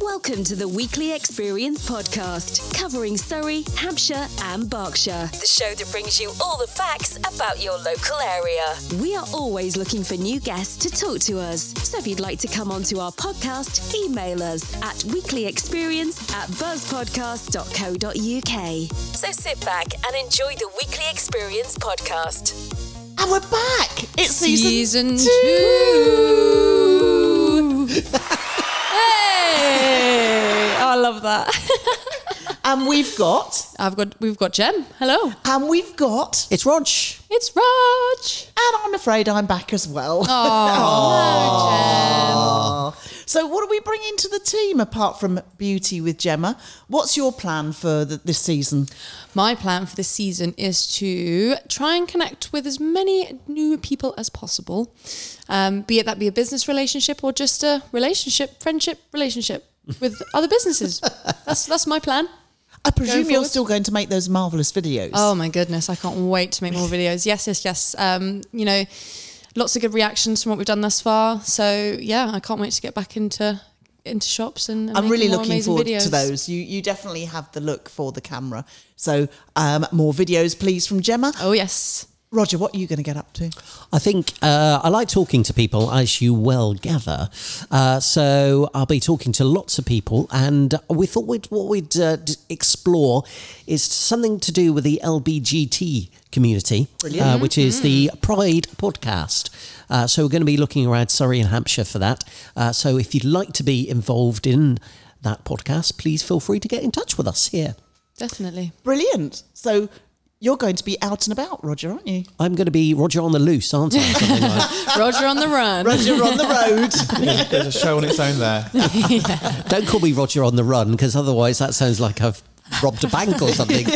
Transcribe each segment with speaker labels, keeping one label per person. Speaker 1: Welcome to the Weekly Experience Podcast, covering Surrey, Hampshire, and Berkshire. The show that brings you all the facts about your local area. We are always looking for new guests to talk to us. So if you'd like to come onto our podcast, email us at weeklyexperience at buzzpodcast.co.uk. So sit back and enjoy the Weekly Experience Podcast.
Speaker 2: And we're back. It's season,
Speaker 3: Season
Speaker 2: two.
Speaker 3: Hey! I love that.
Speaker 2: And we've got,
Speaker 3: I've got we've got Jem. Hello.
Speaker 2: and we've got,
Speaker 4: It's Rog.
Speaker 3: It's Raj.
Speaker 2: and I'm afraid I'm back as well. So, what are we bringing to the team apart from beauty with Gemma? What's your plan for the, this season?
Speaker 3: My plan for this season is to try and connect with as many new people as possible. Um, be it that be a business relationship or just a relationship, friendship relationship with other businesses. That's that's my plan.
Speaker 2: I presume you're
Speaker 3: forward.
Speaker 2: still going to make those marvelous videos.
Speaker 3: Oh my goodness, I can't wait to make more videos. Yes, yes, yes. Um, you know, lots of good reactions from what we've done thus far. So yeah, I can't wait to get back into into shops and, and
Speaker 2: I'm
Speaker 3: making
Speaker 2: really
Speaker 3: more
Speaker 2: looking
Speaker 3: amazing
Speaker 2: forward
Speaker 3: videos.
Speaker 2: to those. You you definitely have the look for the camera. So, um, more videos, please, from Gemma.
Speaker 3: Oh yes.
Speaker 2: Roger, what are you going to get up to?
Speaker 4: I think uh, I like talking to people, as you well gather. Uh, so I'll be talking to lots of people, and we thought we'd, what we'd uh, d- explore is something to do with the LBGT community, uh, which is the Pride podcast. Uh, so we're going to be looking around Surrey and Hampshire for that. Uh, so if you'd like to be involved in that podcast, please feel free to get in touch with us here.
Speaker 3: Definitely.
Speaker 2: Brilliant. So, you're going to be out and about, Roger, aren't you?
Speaker 4: I'm going to be Roger on the loose, aren't I? Something like that.
Speaker 3: Roger on the run.
Speaker 2: Roger on the road.
Speaker 5: There's a show on its own there.
Speaker 4: Don't call me Roger on the run because otherwise that sounds like I've robbed a bank or something.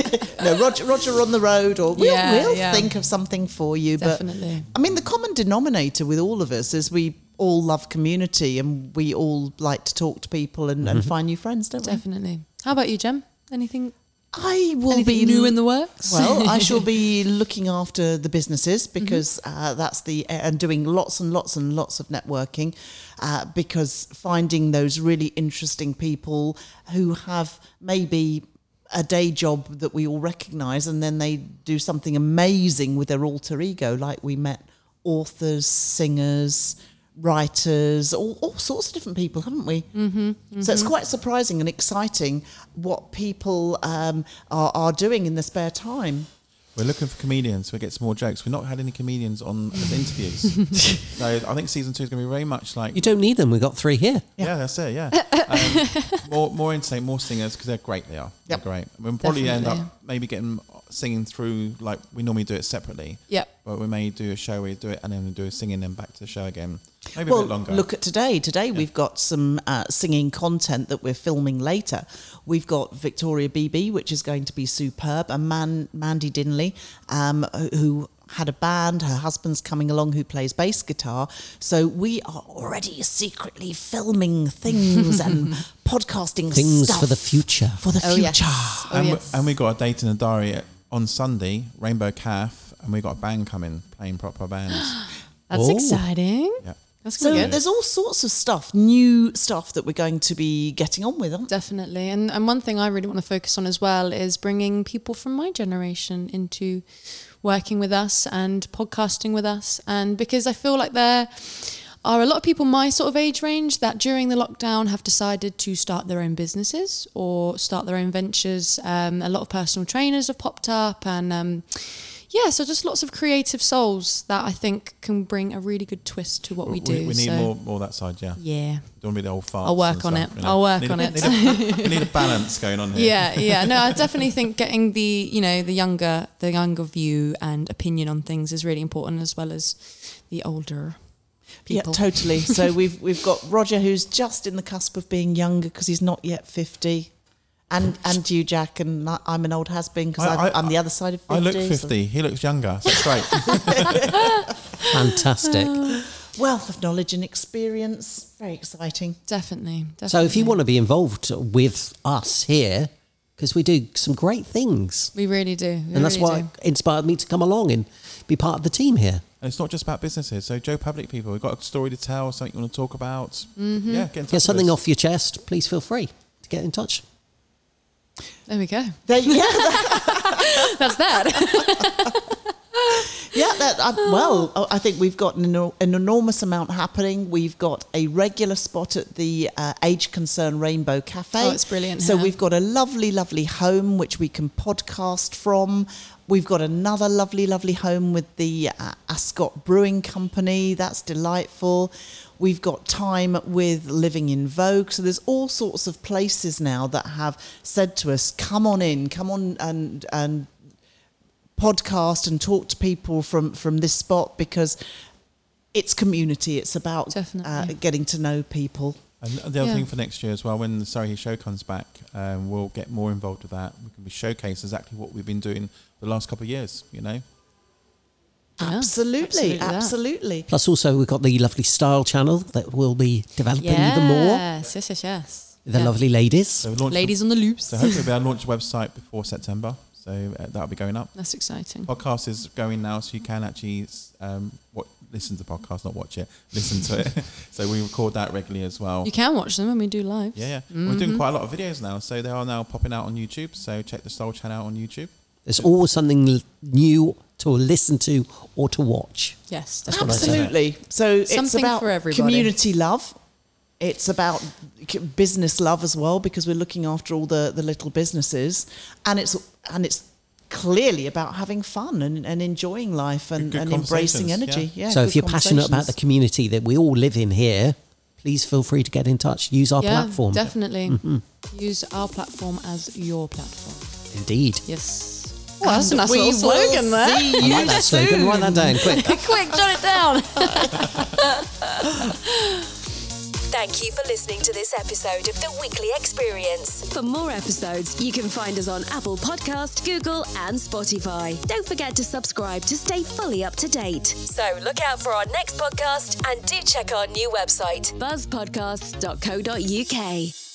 Speaker 2: No, Roger, Roger on the road, or we'll,
Speaker 3: Yeah,
Speaker 2: we'll
Speaker 3: yeah.
Speaker 2: think of something for you.
Speaker 3: Definitely.
Speaker 2: But I mean, the common denominator with all of us is we all love community and we all like to talk to people and, and find new friends, don't we?
Speaker 3: Definitely. How about you, Jem? Anything
Speaker 2: I will
Speaker 3: anything
Speaker 2: be
Speaker 3: new in the works?
Speaker 2: Well, I shall be looking after the businesses because uh, that's the and doing lots and lots and lots of networking uh, because finding those really interesting people who have maybe a day job that we all recognise and then they do something amazing with their alter ego, like we met authors, singers. Writers, all, all sorts of different people, haven't we? So it's quite surprising and exciting what people um, are, are doing in their spare time.
Speaker 5: We're looking for comedians. We get some more jokes. We've not had any comedians on as interviews. so I think season two is going to be very much like.
Speaker 4: You don't need them. We've got three here.
Speaker 5: yeah. that's it. Yeah, um, more more entertainment, more singers because they're great. They are.
Speaker 2: Yep.
Speaker 5: They're great. We'll probably end
Speaker 3: Definitely.
Speaker 5: up maybe getting singing through like we normally do it separately.
Speaker 3: Yep.
Speaker 5: But we may do a show. We do it and then we do a singing, then back to the show again. Maybe a
Speaker 2: Well,
Speaker 5: bit longer.
Speaker 2: look at today. Today we've got some uh, singing content that we're filming later. We've got Victoria BB, which is going to be superb, and Man- Mandy Dinley, um, who- who had a band. Her husband's coming along, who plays bass guitar. So we are already secretly filming things and podcasting
Speaker 4: Things
Speaker 2: stuff
Speaker 4: for the future.
Speaker 2: For the
Speaker 3: Oh,
Speaker 2: future.
Speaker 3: yes. Oh,
Speaker 5: and,
Speaker 3: yes.
Speaker 5: we, and we got a date in the diary on Sunday, Rainbow Calf, and we got a band coming playing proper bands.
Speaker 3: That's
Speaker 4: Oh.
Speaker 3: exciting.
Speaker 5: yeah.
Speaker 3: That's
Speaker 2: So
Speaker 3: gonna be good.
Speaker 2: there's all sorts of stuff, new stuff that we're going to be getting on with. Aren't
Speaker 3: Definitely. And and one thing I really want to focus on as well is bringing people from my generation into working with us and podcasting with us and because I feel like there are a lot of people my sort of age range that during the lockdown have decided to start their own businesses or start their own ventures. Um, a lot of personal trainers have popped up and um, yeah, so just lots of creative souls that I think can bring a really good twist to what we, do.
Speaker 5: We, need
Speaker 3: so,
Speaker 5: more, more that side, yeah.
Speaker 3: Yeah.
Speaker 5: Don't be the old farts.
Speaker 3: I'll work
Speaker 5: and
Speaker 3: on
Speaker 5: stuff,
Speaker 3: it. I'll work
Speaker 5: Need
Speaker 3: on
Speaker 5: a,
Speaker 3: it.
Speaker 5: Need a, we need a balance going on here.
Speaker 3: Yeah, yeah. No, I definitely think getting the you know the younger the younger view and opinion on things is really important as well as the older
Speaker 2: Yeah,
Speaker 3: people.
Speaker 2: totally. So we've we've got Roger, who's just in the cusp of being younger because he's not yet fifty, and and you, Jack, and I- I'm an old has been because
Speaker 5: I-
Speaker 2: I'm,
Speaker 5: I-
Speaker 2: I'm the other side of fifty.
Speaker 5: I look
Speaker 2: so-
Speaker 5: 50. He looks younger. So it's great.
Speaker 4: Fantastic.
Speaker 3: Oh,
Speaker 2: Wealth of knowledge and experience, very exciting.
Speaker 3: Definitely, definitely.
Speaker 4: so if you want to be involved with us here, because we do some great things,
Speaker 3: we really do, we
Speaker 4: and that's
Speaker 3: really
Speaker 4: what
Speaker 3: do.
Speaker 4: inspired me to come along and be part of the team here.
Speaker 5: And it's not just about businesses. So, Joe Public people, we've got a story to tell, something you want to talk about.
Speaker 3: Mm-hmm.
Speaker 5: Yeah, get in touch.
Speaker 4: Get something
Speaker 5: with us.
Speaker 4: off your chest, please feel free to get in touch.
Speaker 3: There we go.
Speaker 2: There, yeah,
Speaker 3: That's that.
Speaker 2: Yeah, that, I,
Speaker 3: Ah.
Speaker 2: well, uh, I- I think we've got an, enor- an enormous amount happening. We've got a regular spot at the uh, Age Concern Rainbow Cafe.
Speaker 3: Oh, it's brilliant
Speaker 2: So
Speaker 3: here.
Speaker 2: we've got a lovely, lovely home which we can podcast from. We've got another lovely, lovely home with the uh, Ascot Brewing Company. That's delightful. We've got time with Living in Vogue. So there's all sorts of places now that have said to us, come on in, come on and, and podcast and talk to people from from this spot because it's community it's about uh,
Speaker 3: Definitely.
Speaker 2: getting to know people
Speaker 5: And the other
Speaker 3: Yeah.
Speaker 5: thing for next year as well, when the Sorry Show comes back, um, we'll get more involved with that. We can be showcase exactly what we've been doing the last couple of years, you know?
Speaker 3: Yeah,
Speaker 2: absolutely
Speaker 3: absolutely that.
Speaker 2: absolutely
Speaker 4: Plus, also, we've got the lovely style channel that will be developing even more.
Speaker 3: Yes, yes, yes, yes.
Speaker 4: The
Speaker 3: Yeah.
Speaker 4: lovely ladies.
Speaker 5: So, we've launched-
Speaker 3: ladies on the loops.
Speaker 5: So, hopefully, we'll launch a website before September. So, uh, that'll be going up.
Speaker 3: That's exciting.
Speaker 5: podcast is going now, so you can actually um, what, listen to podcasts, not watch it, listen to it. so we record that regularly as well.
Speaker 3: You can watch them when we do live.
Speaker 5: yeah, yeah. We're doing quite a lot of videos now, so they are now popping out on YouTube. So check the Soul channel out on YouTube.
Speaker 4: There's always something l- new to listen to or to watch.
Speaker 3: Yes,
Speaker 4: That's what I said.
Speaker 2: absolutely so it's
Speaker 3: Something
Speaker 2: about
Speaker 3: for everybody.
Speaker 2: community love it's about c- business love as well because we're looking after all the the little businesses and it's and it's clearly about having fun and, and enjoying life and,
Speaker 5: Good
Speaker 2: and embracing
Speaker 5: conversations,
Speaker 2: energy yeah,
Speaker 4: so
Speaker 2: good
Speaker 4: if you're passionate about the
Speaker 2: conversations.
Speaker 4: community that we all live in here, please feel free to get in touch. Use our
Speaker 3: yeah,
Speaker 4: platform.
Speaker 3: Definitely. Use our platform as your platform.
Speaker 4: Indeed.
Speaker 3: Yes. Well, that's a
Speaker 2: And
Speaker 3: nice
Speaker 2: we
Speaker 3: little
Speaker 2: will
Speaker 3: slogan there.
Speaker 2: see
Speaker 4: I like that slogan. Write that down quick.
Speaker 3: Quick, jot it down.
Speaker 1: Thank you for listening to this episode of The Weekly Experience. For more episodes, you can find us on Apple Podcast, Google, and Spotify. Don't forget to subscribe to stay fully up to date. So look out for our next podcast and do check our new website, buzzpodcasts.co.uk.